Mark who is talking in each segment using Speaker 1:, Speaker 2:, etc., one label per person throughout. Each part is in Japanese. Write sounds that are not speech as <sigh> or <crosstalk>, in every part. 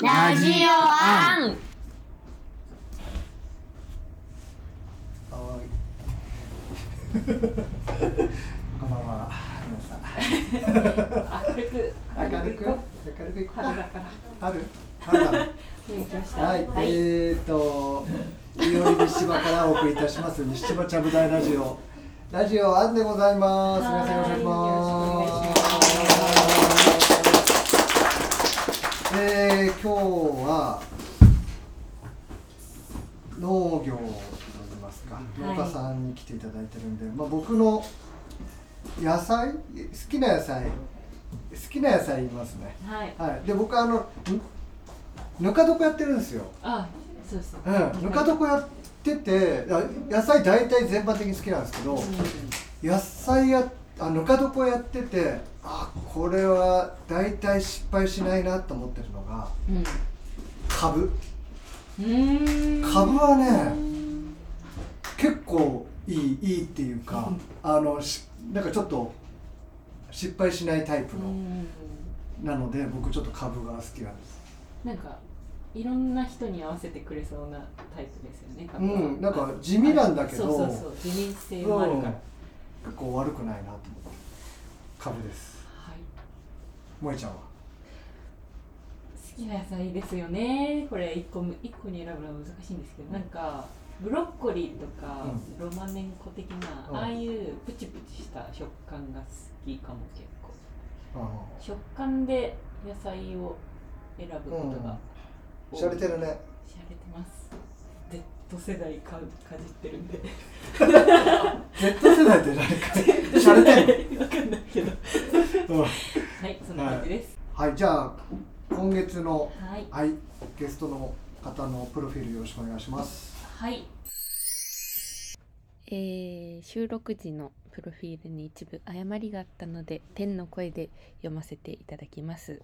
Speaker 1: ラジオアン
Speaker 2: かわいい
Speaker 3: <laughs>
Speaker 2: こんばんは皆さん
Speaker 3: 明るく
Speaker 2: 明るく明るくいこうか
Speaker 3: 春だから
Speaker 2: 春春だね
Speaker 3: 見えてました
Speaker 2: はい、えーといおり西島からお送りいたします西島ちゃぶ台ラジオラジオアンでございます皆さんよろしくお願いしますえー、今日は農業と言いますか農家さんに来ていただいてるんで、まあ僕の野菜好きな野菜好きな野菜いますね
Speaker 3: はい
Speaker 2: はい、で僕あのぬぬか床やってるんですよ、
Speaker 3: あそうそう
Speaker 2: うん、ぬか床やっててあ野菜大体全般的に好きなんですけど、野菜やあぬか床やっててあこれは大体失敗しないなと思ってるのが
Speaker 3: うん
Speaker 2: カブ
Speaker 3: うん
Speaker 2: カブはね結構いいいいっていうかあのしなんかちょっと失敗しないタイプ
Speaker 3: う
Speaker 2: の
Speaker 3: ん
Speaker 2: なので僕ちょっとカブが好きなんです
Speaker 3: なんかいろんな人に合わせてくれそうなタイプですよね
Speaker 2: う
Speaker 3: 株は
Speaker 2: ん、なんか地味なんだけど、
Speaker 3: そうそうそう自民性もあるから、
Speaker 2: うん結構悪くないなと思って株です
Speaker 3: はい
Speaker 2: 萌えちゃんは
Speaker 3: 好きな野菜ですよねこれ一個む一個に選ぶのは難しいんですけどなんかブロッコリーとか、ロマネンコ的な、
Speaker 2: うん
Speaker 3: ああいうプチプチした食感が好きかも結構
Speaker 2: う
Speaker 3: 食感で野菜を選ぶことが
Speaker 2: ん
Speaker 3: 多い
Speaker 2: しゃれてるね
Speaker 3: しゃれてます Z 世代かかじってるんで
Speaker 2: Z 世代って <laughs> 何かしゃれて
Speaker 3: <laughs>
Speaker 2: る
Speaker 3: わかんないけど
Speaker 2: うん
Speaker 3: はいそんな感じです
Speaker 2: はいじゃあ今月の
Speaker 3: はい
Speaker 2: はいゲストの方のプロフィールよろしくお願いします
Speaker 3: はい
Speaker 1: えー収録時のプロフィールに一部誤りがあったので天の声で読ませていただきます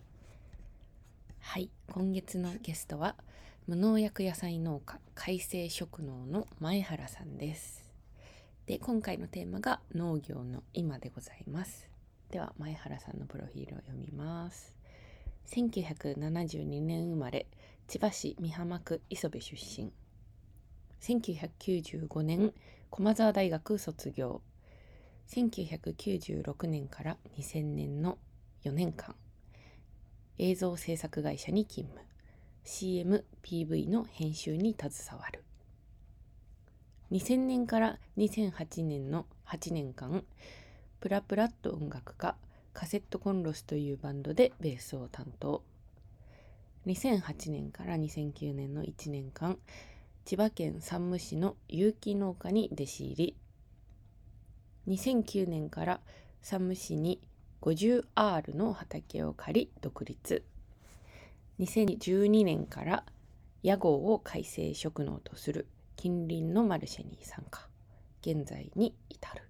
Speaker 1: はい今月のゲストは無農薬野菜農家改正食農の前原さんですで今回のテーマが農業の今でございますでは前原さんのプロフィールを読みます1972年生まれ千葉市美浜区磯部出身1995年駒沢大学卒業1996年から2000年の4年間映像制作会社に勤務 CMPV の編集に携わる2000年から2008年の8年間プラプラッと音楽家カセットコンロスというバンドでベースを担当2008年から2009年の1年間千葉県山武市の有機農家に弟子入り2009年から山武市に 50R の畑を借り独立2012年から屋号を改正職能とする近隣のマルシェに参加現在に至る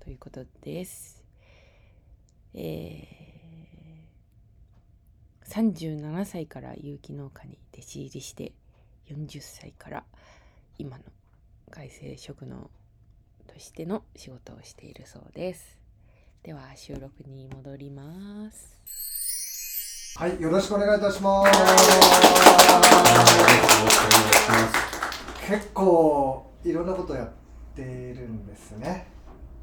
Speaker 1: ということですえー37歳から有機農家に弟子入りして40歳から今の外生職能としての仕事をしているそうですでは収録に戻ります
Speaker 2: はいよろしくお願いいたします結構いろんなことやってるんですね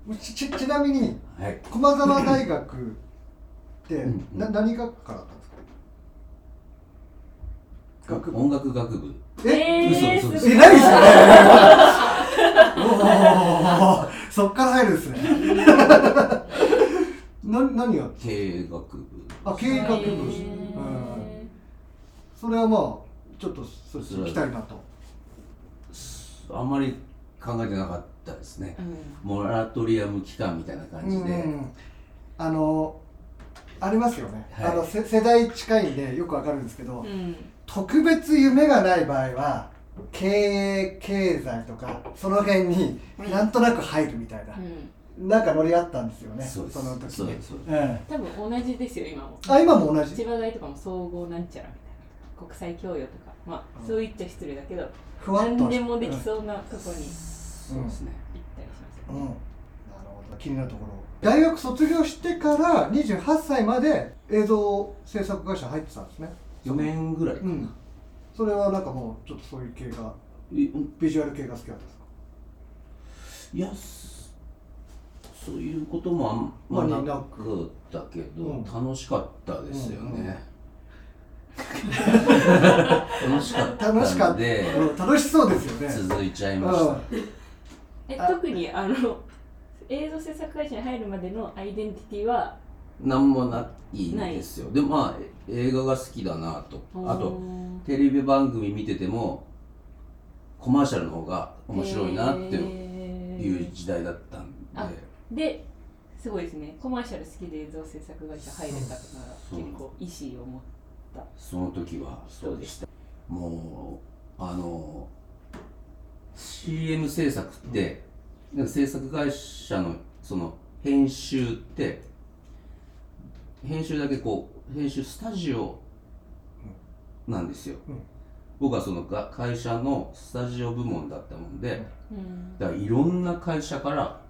Speaker 2: うちちちなみに
Speaker 4: はい、
Speaker 2: 駒沢大学って
Speaker 4: うん
Speaker 2: な何学科だったんですか学部
Speaker 4: 音楽学部。
Speaker 3: えー、
Speaker 4: 嘘嘘
Speaker 3: す
Speaker 4: 嘘
Speaker 3: ご
Speaker 2: え
Speaker 3: い
Speaker 2: ないですよね。おーそっから入るんですね。な何が
Speaker 4: 経営学部。
Speaker 2: あ経営学部
Speaker 3: え
Speaker 2: うんそれはまあちょっとそっちに来たいなと。
Speaker 4: あんまり考えてなかったですね
Speaker 3: ーう。ん
Speaker 4: モラトリアム期間みたいな感じで。
Speaker 2: うんあのありますよね。
Speaker 4: はい
Speaker 2: あのせ世代近いんでよくわかるんですけど、
Speaker 3: うん
Speaker 2: 特別夢がない場合は経営経済とかその辺になんとなく入るみたいな、
Speaker 3: うん
Speaker 2: なんかノリあったんですよね。
Speaker 4: そうです。
Speaker 2: の時
Speaker 4: そう
Speaker 2: に
Speaker 4: です。そうです
Speaker 2: え
Speaker 3: 多分同じですよ今も
Speaker 2: えあ今も同じ
Speaker 3: 千葉大とかも総合なんちゃらみたいな国際教養とかまあ、
Speaker 2: うん
Speaker 3: そう言っちゃ失礼だけど
Speaker 2: ふわっと
Speaker 3: 何でもできそうなとこに行
Speaker 4: そうですね。
Speaker 3: ったりしますよ
Speaker 2: うん、
Speaker 3: ね、
Speaker 2: なるほど気になるところ大学卒業してから28歳まで映像制作会社入ってたんですね
Speaker 4: 4年ぐらいか
Speaker 2: う
Speaker 4: な、
Speaker 2: んそれはなんかもうちょっとそういう系が
Speaker 4: いうん
Speaker 2: ビジュアル系が好きだったんですか
Speaker 4: いやすそういうこともあんま
Speaker 2: まあ
Speaker 4: り
Speaker 2: な
Speaker 4: な
Speaker 2: く
Speaker 4: くだけど、
Speaker 2: うん
Speaker 4: 楽しかったですよ
Speaker 2: うんうん
Speaker 4: ね、楽しかった
Speaker 2: 楽しか
Speaker 4: の
Speaker 2: っ
Speaker 4: で
Speaker 2: た、うん楽しそうですよね
Speaker 4: 続いちゃい
Speaker 2: うん
Speaker 4: ました
Speaker 1: え
Speaker 2: あ
Speaker 1: 特にあの映像制作会社に入るまでのアイデンティティは
Speaker 4: なんもないんですよでまあえ映画が好きだなとあとテレビ番組見ててもコマーシャルの方が面白いなっていう時代だったんで、
Speaker 1: あですごいですねコマーシャル好きで映像制作会社入れたから
Speaker 4: そう
Speaker 1: 結構意思を持って
Speaker 4: その時はそうでしたもうあの CM 制作って、なんか制作会社のその編集って編集だけこう編集スタジオなんですよ、
Speaker 2: うん
Speaker 4: 僕はそのが会社のスタジオ部門だったもんで、
Speaker 1: うん
Speaker 4: だからいろんな会社から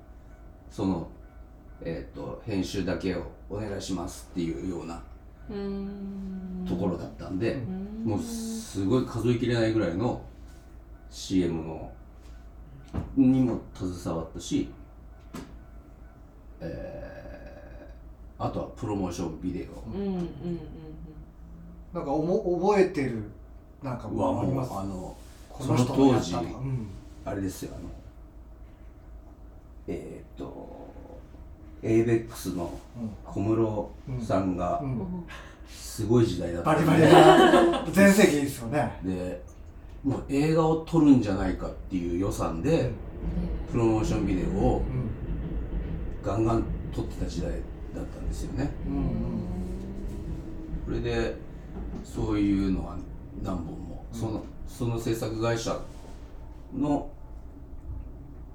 Speaker 4: その、えー、と編集だけをお願いしますっていうような
Speaker 1: うん
Speaker 4: ところだったんで、
Speaker 1: うん
Speaker 4: もうすごい数えきれないぐらいの CM のにも携わったし、えーあとはプロモーションビデ
Speaker 1: うんうんうんうん
Speaker 2: なんかおも覚えてるなんか
Speaker 4: オは
Speaker 2: もあり
Speaker 4: も
Speaker 2: ます
Speaker 4: うあの
Speaker 2: この人もやったとか
Speaker 4: その当時
Speaker 2: うん
Speaker 4: あれですよあのえっ、と ABEX の小室さんが、
Speaker 2: うんうん
Speaker 1: お
Speaker 4: すごい時代だった
Speaker 2: バリバリな全盛期ですよね
Speaker 4: でもう映画を撮るんじゃないかっていう予算でプロモーションビデオを
Speaker 2: うん
Speaker 4: ガンガン撮ってた時代だったんですよね
Speaker 2: うんうん
Speaker 4: それでそういうのは何本も
Speaker 2: うん
Speaker 4: そのその制作会社の、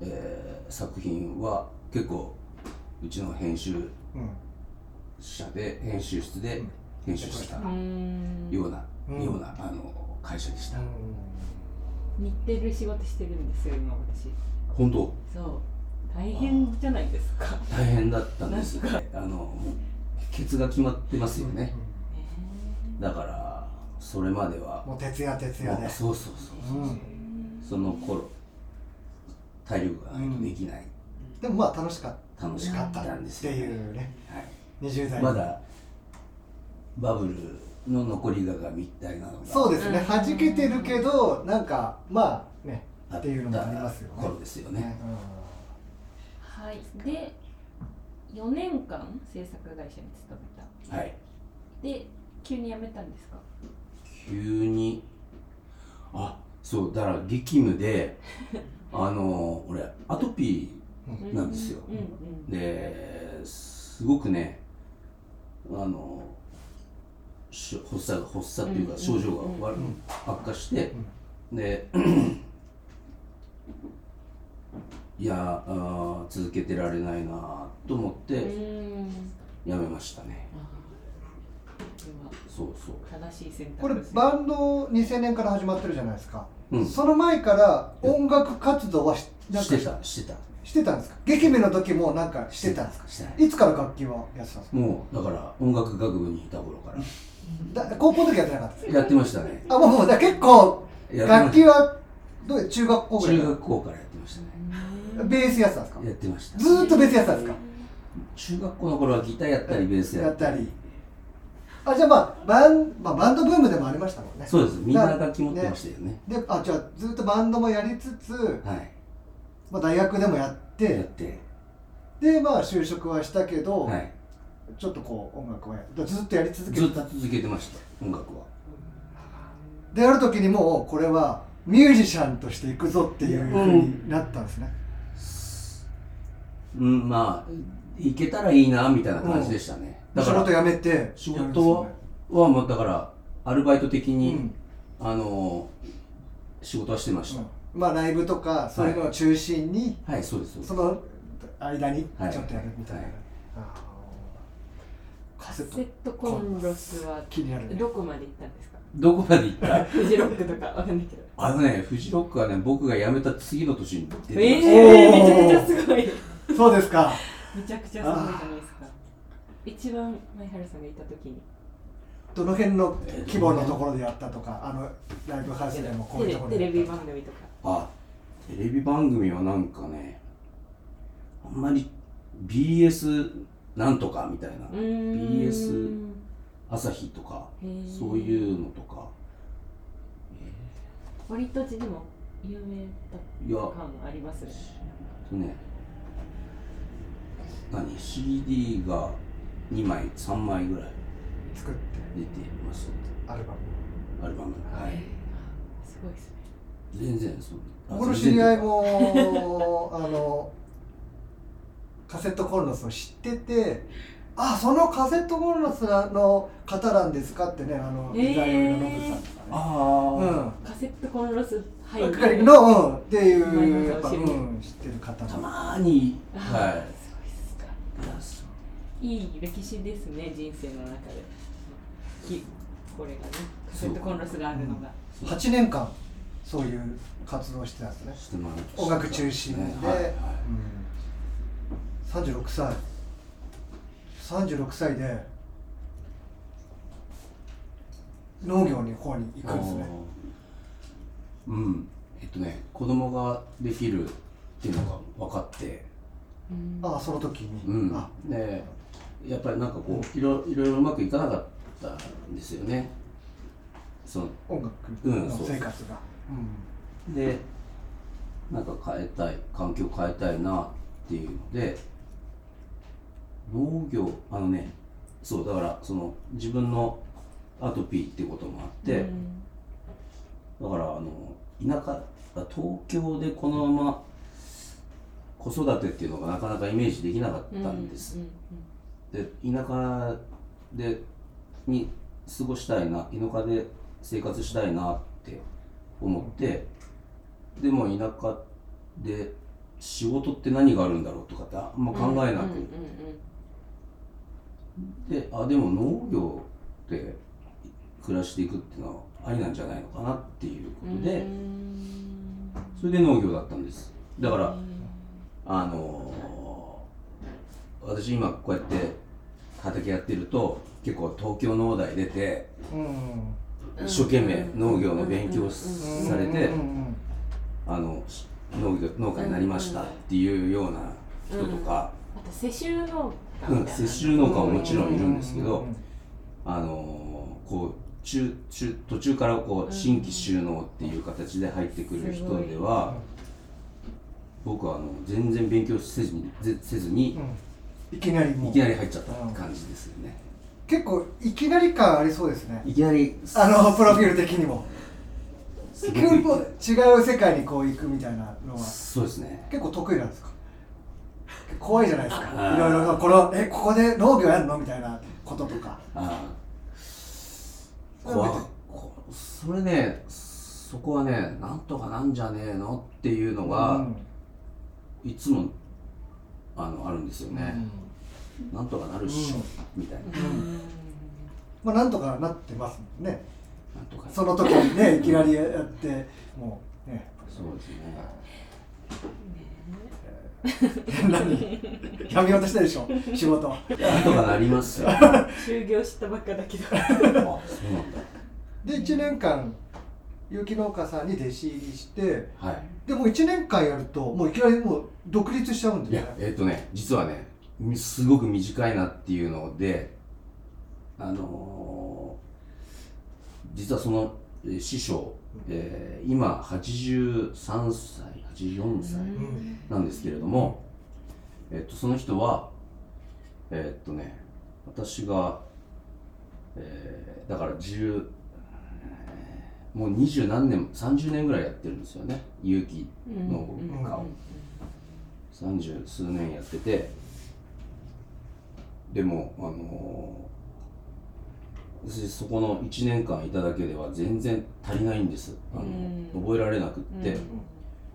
Speaker 4: えー作品は結構うちの編集
Speaker 2: うん
Speaker 4: 社で編集室で
Speaker 2: うん
Speaker 4: 編集してたよ
Speaker 1: うん
Speaker 4: うな、
Speaker 2: うん
Speaker 4: ようなあの会社でした、
Speaker 1: 似てる仕事してるんですよ今私
Speaker 4: 本当
Speaker 1: そう大変じゃないですか
Speaker 4: 大変だったんですあのもうケツが決まってますよね、
Speaker 1: ね
Speaker 4: だからそれまでは
Speaker 2: もう徹夜徹夜で
Speaker 4: そうそうそうそう、
Speaker 2: うん
Speaker 4: その頃体力がないとできない、
Speaker 2: でもまあ楽しかっ
Speaker 4: 楽しかったんです
Speaker 2: て
Speaker 4: よ、ね
Speaker 2: いうね
Speaker 4: はい
Speaker 2: 20代
Speaker 4: まだバブルの残りががみたいなのが
Speaker 2: そうですね
Speaker 1: うん
Speaker 2: 弾けてるけどなんかまあね
Speaker 4: あ
Speaker 2: っていうのもありますよね
Speaker 4: 頃ですよね
Speaker 2: ね
Speaker 1: はいで4年間制作会社に勤めた
Speaker 4: はい
Speaker 1: で急に辞めたんですか
Speaker 4: 急にあそうだから激務で
Speaker 2: <laughs>
Speaker 4: あの俺アトピー
Speaker 2: うん
Speaker 4: なんですよ
Speaker 1: うんうん
Speaker 4: ですごくねあのしょ発作発作っていうか
Speaker 1: うん
Speaker 4: 症状が悪
Speaker 2: うん
Speaker 4: 悪化して、でいやあー続けてられないなと思って
Speaker 1: うーん
Speaker 4: やめましたね、
Speaker 1: あー
Speaker 4: そうそう
Speaker 1: これは正しい選択
Speaker 2: これ
Speaker 1: ですね
Speaker 2: バンド2000年から始まってるじゃないですか、
Speaker 4: うん
Speaker 2: その前から音楽活動はしなん
Speaker 4: し
Speaker 2: か
Speaker 4: てたしてた
Speaker 2: してたんですか劇務の時もなんかしてたんですか
Speaker 4: してない
Speaker 2: いつから楽器はやってたんですか
Speaker 4: もうだから音楽学部にいた頃から
Speaker 2: だ高校の時やってなかったです
Speaker 4: やってましたね
Speaker 2: かあもうもうだ結構
Speaker 4: やってま
Speaker 2: 楽
Speaker 4: し
Speaker 2: 器はどういう中学校
Speaker 4: た
Speaker 2: ぐらい
Speaker 4: 中
Speaker 2: か
Speaker 4: 学校からやってましたね
Speaker 2: らベースやってたんですか
Speaker 4: やってました
Speaker 2: ずーっとベースやってたんですか
Speaker 4: 中学校の頃はギターやったりベース
Speaker 2: や
Speaker 4: やっ
Speaker 2: った
Speaker 4: り
Speaker 2: たりあじゃあまあバン,、まあ、バンドブームでもありましたもんね
Speaker 4: そうですみんな楽器持ってましたよね
Speaker 2: であじゃあずっとバンドもやりつつ、
Speaker 4: はい
Speaker 2: まあ、大学でもやっ
Speaker 4: やってて
Speaker 2: でまあ就職はしたけど、
Speaker 4: はい
Speaker 2: ちょっとこう音楽をやるずっとやり続け
Speaker 4: ず
Speaker 2: て
Speaker 4: っと
Speaker 2: た
Speaker 4: 続けてました音楽は
Speaker 2: である時にもうこれはミュージシャンとしていくぞっていうふうになったんですね、
Speaker 4: うんまあ行けたらいいなみたいな感じでしたね、だ
Speaker 2: 仕
Speaker 4: から
Speaker 2: 事辞めて
Speaker 4: 仕事ははもうだからアルバイト的
Speaker 2: やる
Speaker 4: に、
Speaker 2: んですよね
Speaker 4: あの仕事はしてまし
Speaker 2: うん
Speaker 4: た、
Speaker 2: うんまあライブとかそういうのを中心に、
Speaker 4: はいそうですそうです
Speaker 2: その間に
Speaker 4: はい
Speaker 2: ちょっとやるみたいな、
Speaker 4: はい
Speaker 2: あーカ
Speaker 1: カ
Speaker 2: セ
Speaker 1: セ
Speaker 2: ット
Speaker 1: ットコンロスは
Speaker 2: 気になるね
Speaker 1: どこまで行ったんですか
Speaker 4: どこまで行った
Speaker 1: フジロックとかわかんないけど
Speaker 4: あのねフジロックはね僕が辞めた次の年に出てまし
Speaker 1: え
Speaker 2: お
Speaker 4: た、
Speaker 2: ー
Speaker 1: えめちゃくちゃすごい
Speaker 2: そうですか
Speaker 1: めちゃくちゃすごいじゃないですか一番前原さんがいた時に
Speaker 2: どの辺の規模のところでやったとかあのライブハウスでもこういうところ
Speaker 1: テ
Speaker 2: でや
Speaker 1: レ
Speaker 2: っ
Speaker 1: ビ
Speaker 2: た
Speaker 1: 番組とか
Speaker 4: あテレビ番組はなんかねあんまり BS なんとかみたいな
Speaker 1: うーん
Speaker 4: BS 朝日とか
Speaker 1: へー
Speaker 4: そういうのとか
Speaker 1: 割とでも有名
Speaker 4: いや
Speaker 1: だ感ありますね
Speaker 4: とね何 CD が2枚3枚ぐらい
Speaker 2: 作って
Speaker 4: 出てます
Speaker 2: アルバム
Speaker 4: アルバムはい
Speaker 1: すごいですね
Speaker 4: 全然そうあ
Speaker 2: 僕の知
Speaker 4: 全然
Speaker 2: り合いも <laughs> あのカセットコンロスを知ってて「あそのカセットコンロスの方なんですか?」ってねあの
Speaker 1: へー
Speaker 2: 時代のノブさんとかね。
Speaker 4: あ
Speaker 2: う
Speaker 4: あ、
Speaker 2: ん
Speaker 1: カセットコンロス入
Speaker 2: ばっかりの、うん、っていうやっぱ、
Speaker 1: 知
Speaker 2: う
Speaker 1: り
Speaker 2: ん、知ってる方
Speaker 4: た
Speaker 2: の
Speaker 4: まーに
Speaker 1: あー
Speaker 4: は
Speaker 1: すごいっすか
Speaker 4: いいやそう
Speaker 1: いい歴史ですね人生の中できこれがねカセットコンロスがあるのが
Speaker 2: 8年間そういう活動をしてたんですね、
Speaker 4: してもらいました
Speaker 2: 音楽中心で、
Speaker 4: ねはいはい
Speaker 2: うん、36歳36歳で農業の方に行くんですね
Speaker 4: あーうんえっとね子供ができるっていうのが分かって
Speaker 5: うん
Speaker 2: ああその時に、
Speaker 4: うん
Speaker 2: あ
Speaker 4: でやっぱりなんかこういろいろいろうまくいかなかったんですよねその
Speaker 2: 音楽
Speaker 4: うん
Speaker 2: の
Speaker 4: そう
Speaker 2: 生活が、
Speaker 4: でなんか変えたい環境変えたいなっていうので農業あのねそうだからその自分のアトピーっていうこともあって、
Speaker 1: うん
Speaker 4: だからあの田舎東京でこのまま子育てっていうのがなかなかイメージできなかったんです、
Speaker 1: うう
Speaker 4: で田舎でに過ごしたいな田舎で生活したいなって思ってでも田舎で仕事って何があるんだろうとかってあんま考
Speaker 1: うんう
Speaker 4: えなく、
Speaker 1: ん
Speaker 4: であでも農業って暮らしていくっていうのはありなんじゃないのかなっていうこ
Speaker 1: うんうん
Speaker 4: とで、
Speaker 1: うん
Speaker 4: それで農業だったんですだから、
Speaker 1: うん
Speaker 4: あのー私今こうやって畑やってると結構東京農大出て
Speaker 2: うんうん
Speaker 4: 一生懸命農業の勉強をされて
Speaker 2: うんうん
Speaker 4: あのし農業農家になりましたっていうような人とか、
Speaker 1: あと世襲農家
Speaker 4: うん、世襲農家ももちろんいるんですけ
Speaker 2: う
Speaker 4: ど
Speaker 2: ん、
Speaker 4: あのーこう中中途中からこう新規収納っていう形で入ってくる人では僕はあの全然勉強せずにぜせずに
Speaker 2: うんいきなりも
Speaker 4: いうきなり入っちゃった感じですよね。
Speaker 2: 結構いきなり感ありそうですね
Speaker 4: いきなり
Speaker 2: あのプロフィール的にも
Speaker 4: す
Speaker 2: 結
Speaker 4: ごくいきなり
Speaker 2: 構違う世界にこう行くみたいなのは
Speaker 4: そうですね。
Speaker 2: 結構得意なんですか怖いじゃないです
Speaker 4: あ
Speaker 2: か
Speaker 4: ー
Speaker 2: いろいろこのえここで農業やるのみたいなこととか
Speaker 4: ああ、
Speaker 2: うん
Speaker 4: 怖いこそれね、そこはね、なんとかなんじゃねえのっていうの
Speaker 2: う
Speaker 4: が
Speaker 2: ん
Speaker 4: いつもあのあるんですよね。なんとかなるっしょ
Speaker 2: うん
Speaker 4: みたいな。
Speaker 1: うん
Speaker 2: まあなんとかなってますもんね
Speaker 4: なんとか。
Speaker 2: その時にねいきなりやってもうね
Speaker 4: そうですね。
Speaker 2: 何やめようとしたでしょ仕事
Speaker 4: なんとかなりますよ。あ、
Speaker 1: <laughs> 就業したばっかだけど
Speaker 4: そうなんだ。
Speaker 2: で1年間有機農家さんに弟子入りして
Speaker 4: は
Speaker 2: でも1年間やるともういきなりもう独立しちゃうん
Speaker 4: い。い
Speaker 2: です
Speaker 4: や
Speaker 2: ね、
Speaker 4: えっ、とね、実はね、みすごく短いなっていうので、あのー実はそのえー師匠、えー今83歳、84歳。
Speaker 2: ん
Speaker 4: なんですけれども、えっと、その人は、えっとね、私が、えーだから10、えーもう二十何年、30年ぐらいやってるんですよね、有機の家を。三十数年やってて、でも、あのー私そこの1年間いただけでは全然足りないんです、あの
Speaker 1: うん
Speaker 4: 覚えられなくって、
Speaker 1: うん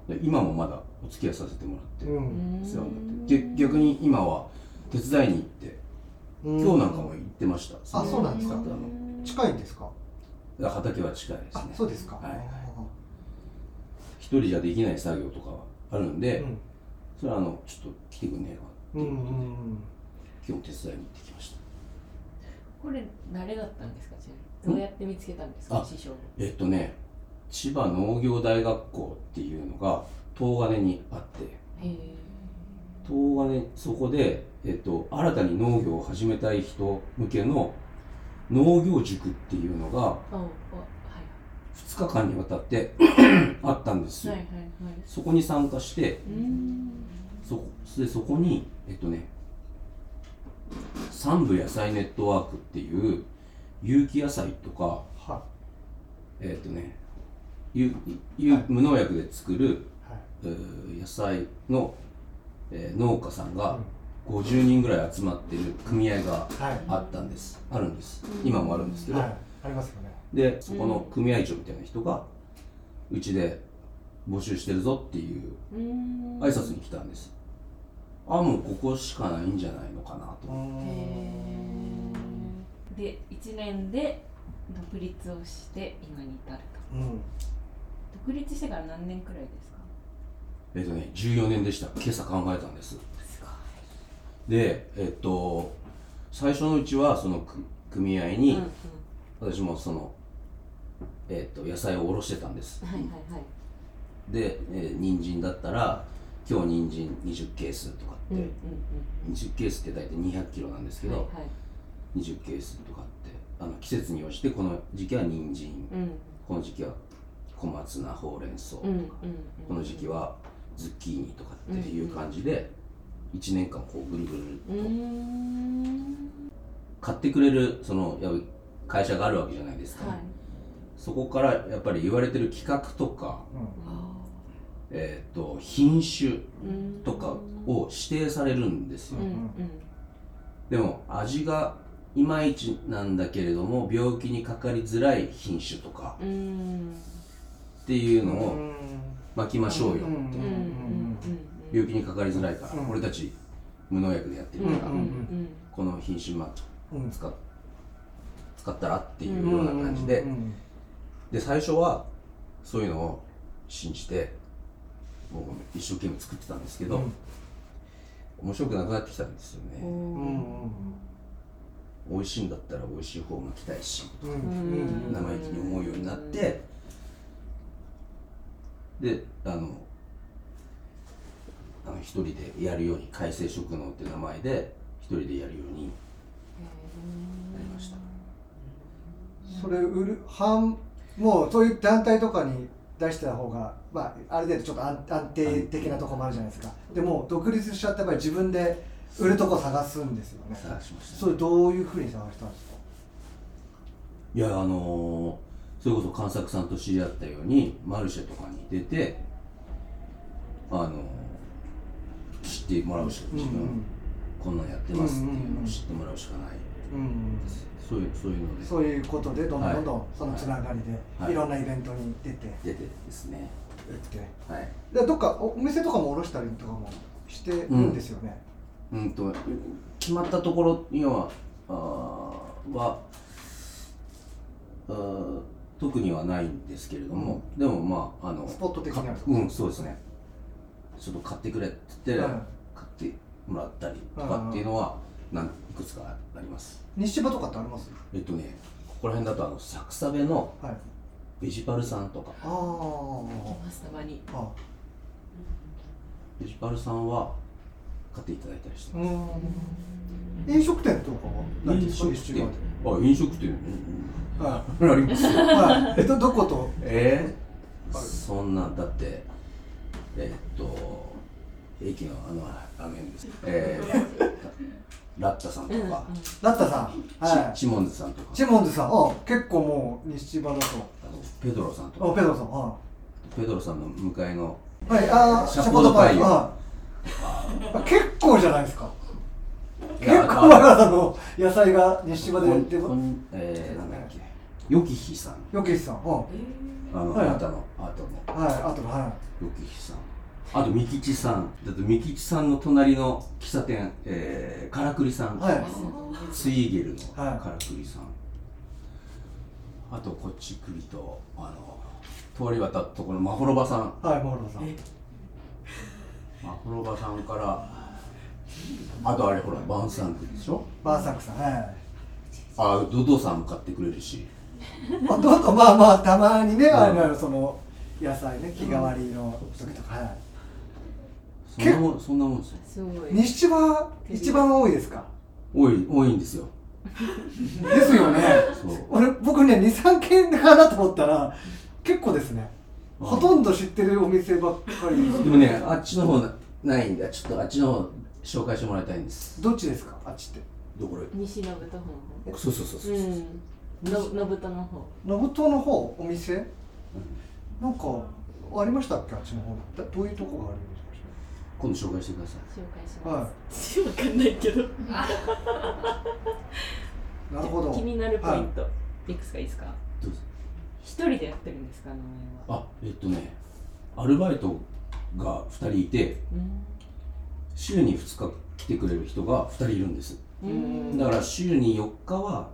Speaker 4: で今もまだお付き合いさせてもらって、
Speaker 2: う
Speaker 1: うんん
Speaker 4: お世話になってぎ逆に今は手伝いに行って今日なんかも行ってました、
Speaker 2: あそうなんですか
Speaker 4: あ
Speaker 2: 近いんですか
Speaker 4: の畑は近いです
Speaker 2: あ
Speaker 4: ね
Speaker 2: そうですか、
Speaker 4: はい一人じゃできない作業とかはあるんで、
Speaker 2: うん
Speaker 4: それはあのちょっと来てくんねえか
Speaker 2: うんうんうん
Speaker 4: 今日も手伝いに行ってきました
Speaker 1: これ慣れだったんですかちなみにどうやって見つけたんですか
Speaker 4: あ
Speaker 1: 師匠は
Speaker 4: えっとね千葉農業大学校っていうのが東金にあって
Speaker 1: へえ
Speaker 4: 東金そこで、えっと、新たに農業を始めたい人向けの農業塾っていうのが
Speaker 1: あおはい
Speaker 4: 2日間にわたって <clears throat> あったんです
Speaker 1: は
Speaker 4: よ、
Speaker 1: いはいはい
Speaker 4: そこに参加して
Speaker 1: うーん
Speaker 4: そこでそこにえっとね三部野菜ネットワークっていう有機野菜とか
Speaker 2: は
Speaker 4: えっとね有有
Speaker 2: はい
Speaker 4: 無農薬で作る、
Speaker 2: いは
Speaker 4: えー野菜の、えー農家さん
Speaker 2: い
Speaker 4: が50人ぐらい集まってる組合が
Speaker 2: はい
Speaker 4: あったんですあるんです
Speaker 1: うん
Speaker 4: 今もあるんですけど、
Speaker 2: はいありますよね
Speaker 4: でそこの組合長みたいな人がうちで募集してるぞっていう
Speaker 1: うーん
Speaker 4: 挨拶に来たんですあもうここしかないんじゃないのかなと、
Speaker 1: へえで1年で独立をして今に至ると
Speaker 2: うん
Speaker 1: 独立してから何年くらいですか
Speaker 4: えっとね14年でした今朝考えたんです
Speaker 1: すごい
Speaker 4: でえっと最初のうちはその組組合
Speaker 1: う
Speaker 4: に
Speaker 1: んうん、
Speaker 4: 私もその、えっと野菜をおろしてたんです
Speaker 1: はいはいはい
Speaker 4: で、えー、人参だったら今日人参20ケースとかって、
Speaker 1: うんうん
Speaker 4: 20ケースって大体200キロなんですけ
Speaker 1: うんは
Speaker 4: ど、
Speaker 1: いはい
Speaker 4: 20ケースとかってあの季節に応じてこの時期は人参
Speaker 1: うん
Speaker 4: この時期は小松菜ほうれん草とか、
Speaker 1: うんうんうん
Speaker 4: この時期はズッキーニとかっていう感じで1年間こうぐるぐ
Speaker 1: う
Speaker 4: る
Speaker 1: ー
Speaker 4: っと
Speaker 1: ん
Speaker 4: 買ってくれるそのやっぱ会社があるわけじゃないですか、
Speaker 1: はい
Speaker 4: そこからやっぱり言われてる企画とか、
Speaker 2: うん
Speaker 1: あ
Speaker 4: えー、と品種
Speaker 1: ーうん
Speaker 4: とかを指定されるんです
Speaker 1: う
Speaker 4: よ、
Speaker 1: んうん
Speaker 4: でも味がいまいちなんだけれども病気にかかりづらい品種とか
Speaker 1: うんうん
Speaker 4: っていうの
Speaker 2: う
Speaker 4: を
Speaker 2: ん
Speaker 4: 巻きましょうよって、
Speaker 2: うん
Speaker 1: うんうんうん
Speaker 4: 病気にかかりづらいから、
Speaker 2: うん
Speaker 4: 俺たち無農薬でやってる
Speaker 1: うんう
Speaker 4: か
Speaker 1: ん
Speaker 4: ら、
Speaker 2: うん
Speaker 4: この品種ま
Speaker 2: うん
Speaker 4: 使っ使ったらっていうような感じで、
Speaker 2: うん
Speaker 4: で最初はそういうのを信じてもう一生懸命作ってたんですけど、
Speaker 2: うん
Speaker 4: 面白くなくなってきたんですよ
Speaker 1: う
Speaker 4: ね、
Speaker 2: うんん
Speaker 4: 美味しいんだったら美味しい方が来たいし
Speaker 2: うん
Speaker 1: う
Speaker 2: うん
Speaker 1: ん
Speaker 4: 生意気に思うようになって、であのあの一人でやるように改正食能って名前で一人でやるようになりました、
Speaker 2: それ売る半もうそういう団体とかに出した方がまあある程度ちょっと安安定的なとこもあるじゃないですかでも独立しちゃった場合自分で売るとこ探すんですよね
Speaker 4: 探しました
Speaker 2: それどういうふうに探したんですか
Speaker 4: いやあのーそれこそ贋作さんと知り合ったようにマルシェとかに出てあのー知ってもらうしか自分、こんなんやってますっていうのを知ってもらうしかない、
Speaker 2: うんうん
Speaker 4: そういうそういうので
Speaker 2: そういうことでどんどんどんど
Speaker 4: は
Speaker 2: ん
Speaker 4: い
Speaker 2: そのつながり
Speaker 4: は
Speaker 2: で
Speaker 4: い
Speaker 2: いろんなイベントに出て
Speaker 4: 出てですね
Speaker 2: 売って
Speaker 4: はい
Speaker 2: でどっかおお店とかも卸したりとかもしてるんですよね
Speaker 4: うんと決まったところにはあーはあー特にはないんですけれども、でもまああの
Speaker 2: スポット的にあると
Speaker 4: かうんそうですねちょっと買ってくれって言って、
Speaker 2: うん
Speaker 4: 買ってもらったりとかっていうのはなんいくつかあります
Speaker 2: 西芝とかってあります
Speaker 4: えっとねここら辺だとあのサクサベの
Speaker 2: はい
Speaker 4: ベジパルさんとか
Speaker 2: あー
Speaker 1: 来ますたまに
Speaker 2: あ
Speaker 4: ベジパルさんは買っていただいたりしてます、
Speaker 2: うん飲食店とかは何で
Speaker 4: 飲
Speaker 2: すか
Speaker 4: 食
Speaker 2: 西芝
Speaker 4: 店
Speaker 2: で
Speaker 4: あ飲食店
Speaker 2: は
Speaker 4: うんうんありますよ
Speaker 2: いはいえどどこと
Speaker 4: <laughs> えー、
Speaker 2: ある
Speaker 4: そんなだってえーっと駅のあのあの辺ですえ <laughs> ー、ラッタさんと
Speaker 1: うんうん
Speaker 4: か、
Speaker 2: ラッタさんは
Speaker 4: チチモンズさんとか
Speaker 2: いチモンズさんあ結構もう西芝だと
Speaker 4: あのペドロさんと
Speaker 2: あ
Speaker 4: か
Speaker 2: ペドロさんは
Speaker 4: ペドロさんの向かい <laughs> の
Speaker 2: いはいあー
Speaker 4: シャコドパイ
Speaker 2: シャ
Speaker 4: よ
Speaker 2: はいあ結構じゃないですか
Speaker 4: い
Speaker 2: 結
Speaker 4: や
Speaker 2: 構
Speaker 4: あ
Speaker 2: ならの野菜が西島で
Speaker 4: こん
Speaker 2: で
Speaker 4: こ
Speaker 2: も
Speaker 4: んえー、なんだっけヨキヒさん
Speaker 2: よけしさんうん
Speaker 4: あの、
Speaker 2: はい
Speaker 4: あなたのあなたの
Speaker 2: はいあとは
Speaker 4: ヨキヒさんあとミキチさんだってミキチさんの隣の喫茶店えー、カラクリさん、
Speaker 2: いはい
Speaker 4: ツイーゲルのカ
Speaker 2: はい
Speaker 4: ラクリさん、あとこっち来るとあの通り渡ったところのマホロバさん
Speaker 2: はいモーロさん
Speaker 4: マホロバさんからあとあれほらバンサンクでしょ
Speaker 2: バーサックさんはい
Speaker 4: ああドドさんも買ってくれるし
Speaker 2: あどんどんまあまあたまにね、
Speaker 4: うん
Speaker 2: あれなのその野菜ね日替わりの時とか、は
Speaker 4: そんなもんそんなもんですよ
Speaker 1: すご
Speaker 2: い
Speaker 1: い。
Speaker 2: 日中は一番多いですか
Speaker 4: 多い多いんですよ
Speaker 2: ですよね
Speaker 4: そう
Speaker 2: <laughs> 俺僕ね23軒かなと思ったら結構ですね
Speaker 4: うん
Speaker 2: ほとんど知ってるお店ばっかりです
Speaker 4: でもねあっちの方なないんでちょっとあっちの方紹介してもらいたいんです
Speaker 2: どっちですかあっちって
Speaker 4: どこへ
Speaker 1: 西信と方
Speaker 4: そうそうそうそう、
Speaker 1: う
Speaker 4: うん
Speaker 1: ん。の信との方。
Speaker 2: 信島の方お店なんかありましたっけあっちの方だどういうとこがあるんですか
Speaker 4: 今度紹介してください
Speaker 1: 紹介し
Speaker 2: は
Speaker 1: ます。わかんないけど。
Speaker 2: いなるほど
Speaker 1: 気になるポイント、い、くつかいいですか
Speaker 4: どうぞ
Speaker 1: 一人でやってるんですか農園は
Speaker 4: あえっとねアルバイトが2人いて週に2日来てくれる人が2人いるんです
Speaker 1: う
Speaker 2: うん
Speaker 4: だから週に4日は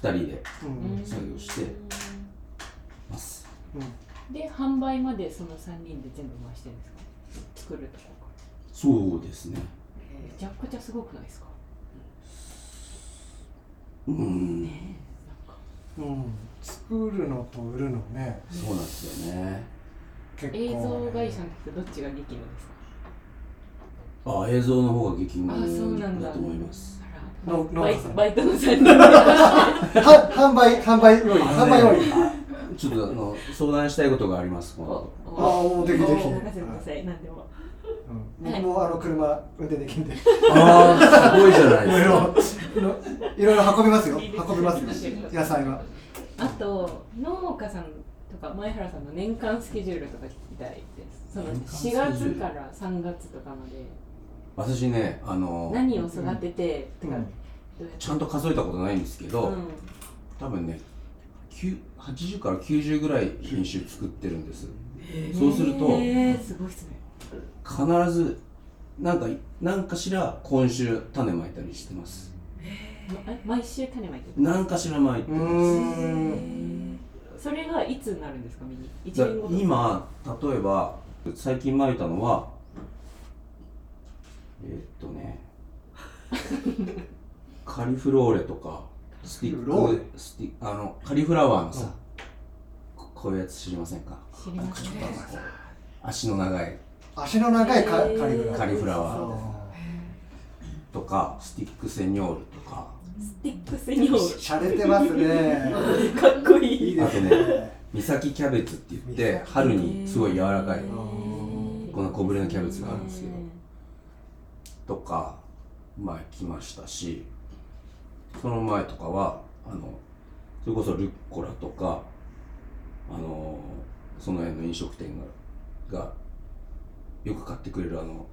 Speaker 4: 2人で
Speaker 2: う
Speaker 1: うん
Speaker 2: ん
Speaker 4: 作業してます
Speaker 2: うん
Speaker 1: で販売までその3人で全部回してるんですか作るとこか
Speaker 4: そうですね
Speaker 1: らめちゃくちゃすごくないですか
Speaker 4: うん
Speaker 1: なんか
Speaker 2: うん、作るのと売るのね
Speaker 4: そうなんですよね
Speaker 2: 結構
Speaker 1: 映像会社の人どっちが激務ですか
Speaker 4: あ映像の方が激
Speaker 1: あそうなん
Speaker 4: 務
Speaker 1: だ
Speaker 4: だと思います
Speaker 1: あら
Speaker 2: の
Speaker 1: バイ
Speaker 2: 農家さん
Speaker 1: バイトの3人で
Speaker 2: は販売販売料理販売料理
Speaker 4: ちょっとあの相談したいことがありますこの後
Speaker 2: あもうできてできて
Speaker 1: お任せください何でも
Speaker 2: うん僕もあの車運転できるんでい <laughs>
Speaker 4: ああすごいじゃないで
Speaker 2: ろい
Speaker 4: すか
Speaker 2: ろいろいろ運びますよ
Speaker 1: いいですね
Speaker 2: 運びますよ野菜は
Speaker 1: あと農家さんとか前原さんの年間スケジュールとか聞きたいですその
Speaker 4: 年間スケ
Speaker 1: 4
Speaker 4: ジュール
Speaker 1: 月から3月とかまで
Speaker 4: 私ねあの
Speaker 1: 何を育ててとか
Speaker 2: うん
Speaker 1: どうやって
Speaker 4: ちゃんと数えたことないんですけど、
Speaker 1: うん
Speaker 4: 多分ね9 80から90ぐらい品種作ってるんですそうすると
Speaker 1: えーすごいっすね
Speaker 4: 必ずなんかなんかしら今週種まいたりしてます
Speaker 1: え毎週種まいてる
Speaker 4: 何かしらまいて
Speaker 2: う
Speaker 4: る
Speaker 2: ーん
Speaker 1: それがいつになるんですかミニ一
Speaker 4: だ
Speaker 1: 年後とか
Speaker 4: 今例えば最近まいたのはえーっとねカリフローレとかスティッ
Speaker 2: カリフローレ
Speaker 4: クスティあのカリフラワーのさ、ここういうやつ知りませんか
Speaker 1: 知りません
Speaker 4: なんかちょっとあの足の長い
Speaker 2: 足の長いカ
Speaker 1: えー
Speaker 2: カリフラワー
Speaker 4: カリフラワー
Speaker 2: ー
Speaker 4: とかスティックセニョールとか
Speaker 1: スティックスニョー
Speaker 2: しゃれてますね
Speaker 1: ル <laughs> かっこい
Speaker 2: い
Speaker 1: <laughs> い
Speaker 2: いですね
Speaker 4: 三崎キャベツって言って
Speaker 2: 三崎
Speaker 4: 春にすごい柔らかい
Speaker 1: えー
Speaker 4: この小ぶりのキャベツがあるんですけどとかまあ来ましたしその前とかはあのそれこそルッコラとかあのその辺の飲食店ががよく買ってくれるあの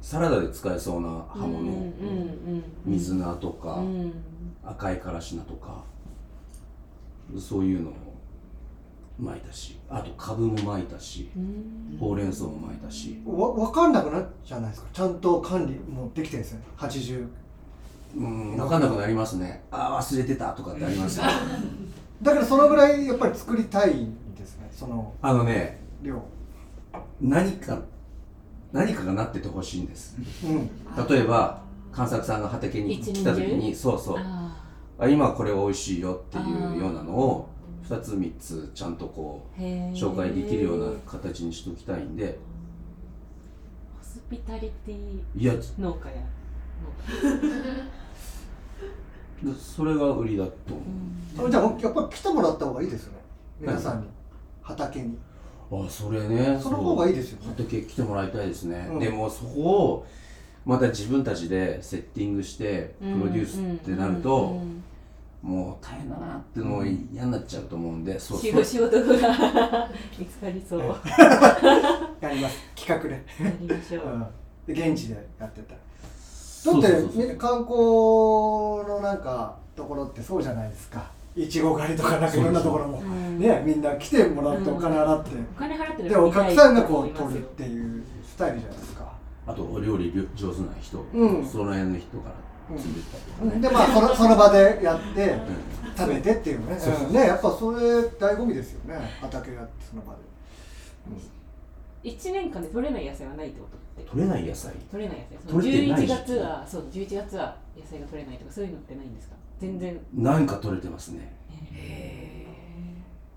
Speaker 4: サラダで使えそうな葉
Speaker 1: うんう
Speaker 4: 物
Speaker 1: んうんうん
Speaker 4: 水菜とか、
Speaker 1: うん
Speaker 4: 赤いからし菜とかそういうのを巻いたしあと株も巻いたし
Speaker 1: うん
Speaker 4: ほうれん草も巻いたし
Speaker 2: わ分かんなくなっちゃないですかちゃんと管理もできてるんですよね80
Speaker 4: うん分かんなくなりますねああ忘れてたとかってありますね
Speaker 2: だからそのぐらいやっぱり作りたいんですねその
Speaker 4: あのね
Speaker 2: 量
Speaker 4: 何か何かがなっててほしいんです
Speaker 2: うん
Speaker 4: 例えば勘作さんが畑に
Speaker 1: 一人
Speaker 4: 来た時
Speaker 1: 前
Speaker 4: にそうそう
Speaker 1: あ
Speaker 4: あ今これ美味しいよっていうようなのを
Speaker 1: あ
Speaker 4: 2つ3つちゃんとこ
Speaker 1: へー
Speaker 4: う紹介できるような形にしときたいんで
Speaker 1: ホスピタリティ
Speaker 4: いや
Speaker 1: 農家や
Speaker 4: それが売りだと思う
Speaker 2: あじゃあやっぱり来てもらった方がいいですよね皆さんに畑に
Speaker 4: あそれね
Speaker 2: その方がいいですよ
Speaker 4: そう
Speaker 2: ね
Speaker 4: 畑来てもらいたいですね、
Speaker 2: うん
Speaker 4: でもそこをまた自分たちでセッティングしてプロデュースってなると、もう大変だなっていうのを嫌になっちゃうと思うんで、そう
Speaker 1: 仕
Speaker 4: そう
Speaker 1: 事が見つかりそうや
Speaker 2: やります企画で、
Speaker 1: りましょう
Speaker 2: うん、で現地でやってた
Speaker 4: そ
Speaker 2: だっ
Speaker 4: う
Speaker 2: て
Speaker 4: そうそう
Speaker 2: ね観光のなんかところってそうじゃないですかいちご狩りとかなんかいろんなところも
Speaker 1: うん
Speaker 2: ねみんな来てもらってお金払って、
Speaker 1: お金払って
Speaker 2: でお客さんがこう取るっていうスタイルじゃないですか、
Speaker 4: あとお料理上手な人、
Speaker 2: うん
Speaker 4: その辺の人から連れてったりとかね、
Speaker 2: でまあそのその場でやって
Speaker 4: う
Speaker 2: 食べてっていうね
Speaker 4: そうそうそう
Speaker 2: うんねやっぱそれ醍醐味ですよね畑やってその場で、
Speaker 1: 1年間で取れない野菜はないってことって
Speaker 4: 取れない野菜
Speaker 1: 取れない野菜その
Speaker 4: 取れてない
Speaker 1: 11
Speaker 4: し
Speaker 1: 月はそう11月は野菜が取れないとかそういうのってないんですか全然
Speaker 4: なんか取れてますね
Speaker 1: へ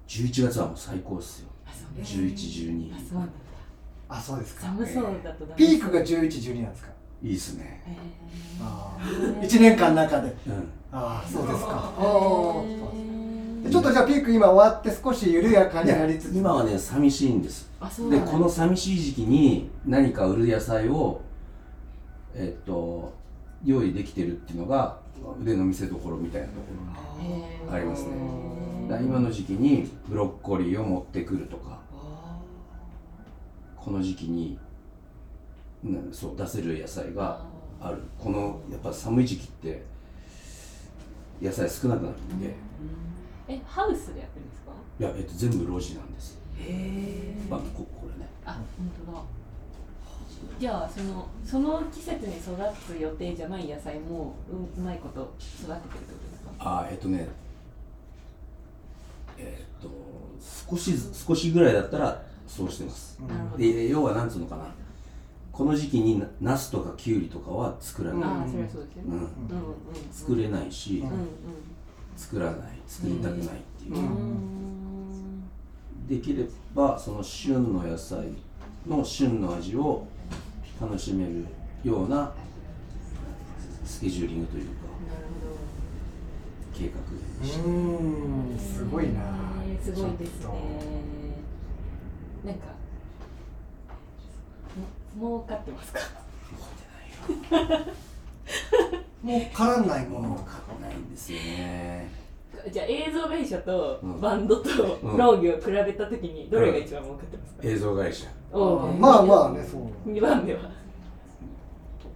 Speaker 4: 11月はもう最高ですよ
Speaker 1: あそうなんだ
Speaker 4: 11、12
Speaker 1: あそうなんだ
Speaker 2: あそうですか
Speaker 1: 寒そうだとダメ
Speaker 2: ピークが1112なんですか
Speaker 4: いいですね
Speaker 1: へー
Speaker 2: あ1年間の中で
Speaker 4: うん
Speaker 2: ああそうですかあ
Speaker 1: へ
Speaker 2: あそうで
Speaker 1: ー
Speaker 2: すちょっとじゃあピーク今終わって少し緩やか
Speaker 4: い
Speaker 2: に
Speaker 4: や
Speaker 2: なりつつ
Speaker 4: 今はね寂しいんです
Speaker 1: あそうな
Speaker 4: で
Speaker 1: んだ
Speaker 4: この寂しい時期に何か売る野菜をえっと用意できてるっていうのが腕の見せ所みたいなとこ
Speaker 1: へー
Speaker 4: ありますねろだから
Speaker 1: へー
Speaker 4: 今の時期にブロッコリーを持ってくるとか
Speaker 1: あ
Speaker 4: この時期に、うん、そう出せる野菜
Speaker 1: ー
Speaker 4: があるこのやっぱ寒い時期って野菜少なくなるんで、
Speaker 1: えハウスでやってるんですか
Speaker 4: いや、えっと、全部露地なんです、
Speaker 1: へ
Speaker 4: まあ、ここれね
Speaker 1: あ本当だじゃあそのその季節に育つ予定じゃない野菜もううまいこと育ててるってことですか
Speaker 4: あーえっとねえっと少しず少しぐらいだったらそうしてます
Speaker 2: うん
Speaker 1: なるほど
Speaker 4: で要はなんつうのかなこの時期になナスとかキュウリとかは作らない、
Speaker 1: ああそれはそうですよ
Speaker 4: う
Speaker 1: ね
Speaker 4: ん
Speaker 1: うんうん
Speaker 4: 作れないし、
Speaker 2: うん
Speaker 1: うん
Speaker 4: 作らない作りたくないっていうう、
Speaker 1: んう
Speaker 2: うん
Speaker 1: ん
Speaker 4: できればその旬の野菜の旬の味を楽しめるようなスケジューリングというか
Speaker 1: なる
Speaker 4: 計
Speaker 2: う
Speaker 4: 画
Speaker 2: ーんすごいな
Speaker 1: ほどへーすごいです
Speaker 2: ち
Speaker 1: ね
Speaker 2: ょっと
Speaker 1: なんかも儲かってますか
Speaker 2: もうからんないも
Speaker 4: もう
Speaker 2: の
Speaker 4: 買わないんですよね
Speaker 1: じゃあ映像会社と
Speaker 4: うん
Speaker 1: バンドと
Speaker 4: うん
Speaker 1: 農業を比べたときにどれが一番儲かってますか、
Speaker 4: 映像会社
Speaker 1: おー
Speaker 2: まあまあねそう
Speaker 1: 2番では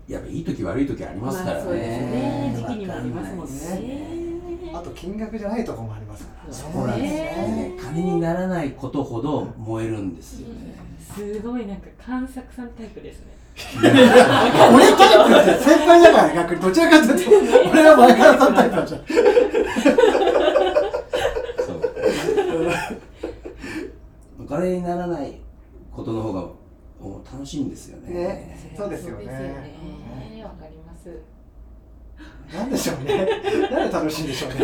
Speaker 4: やっぱいい時悪い時ありますからね,、
Speaker 1: そうですね
Speaker 2: わ
Speaker 1: 時期にもありますもん
Speaker 2: わかんない
Speaker 1: ね
Speaker 2: あと金額じゃないところもありますから
Speaker 1: そう
Speaker 2: こなんです
Speaker 4: で
Speaker 2: ね
Speaker 4: ね金にならないことほど燃えるんですよね、
Speaker 1: すごいなんか観作さんタイプですね
Speaker 2: 俺タイプって先輩だから逆にどちらかというと
Speaker 1: <laughs>
Speaker 2: 俺は前からさんタイプだじゃん
Speaker 4: そうお <laughs> 金にならないことの方がもう楽しいんですよね
Speaker 2: ねそうですよね
Speaker 1: ねわかります
Speaker 2: なんでしょうね。なんで楽しいんでしょうね。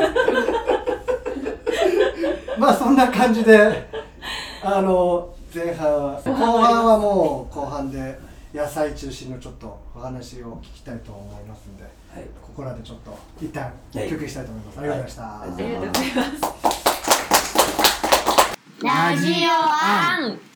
Speaker 2: まあそんな感じで、あの前半は後半はもう後半で野菜中心のちょっとお話を聞きたいと思いますんで、
Speaker 4: はい
Speaker 2: ここらでちょっと一旦休憩したいと思います。ありがとうございました。
Speaker 4: はい
Speaker 1: ありがとうございま
Speaker 6: ラ
Speaker 1: す
Speaker 6: ジオアン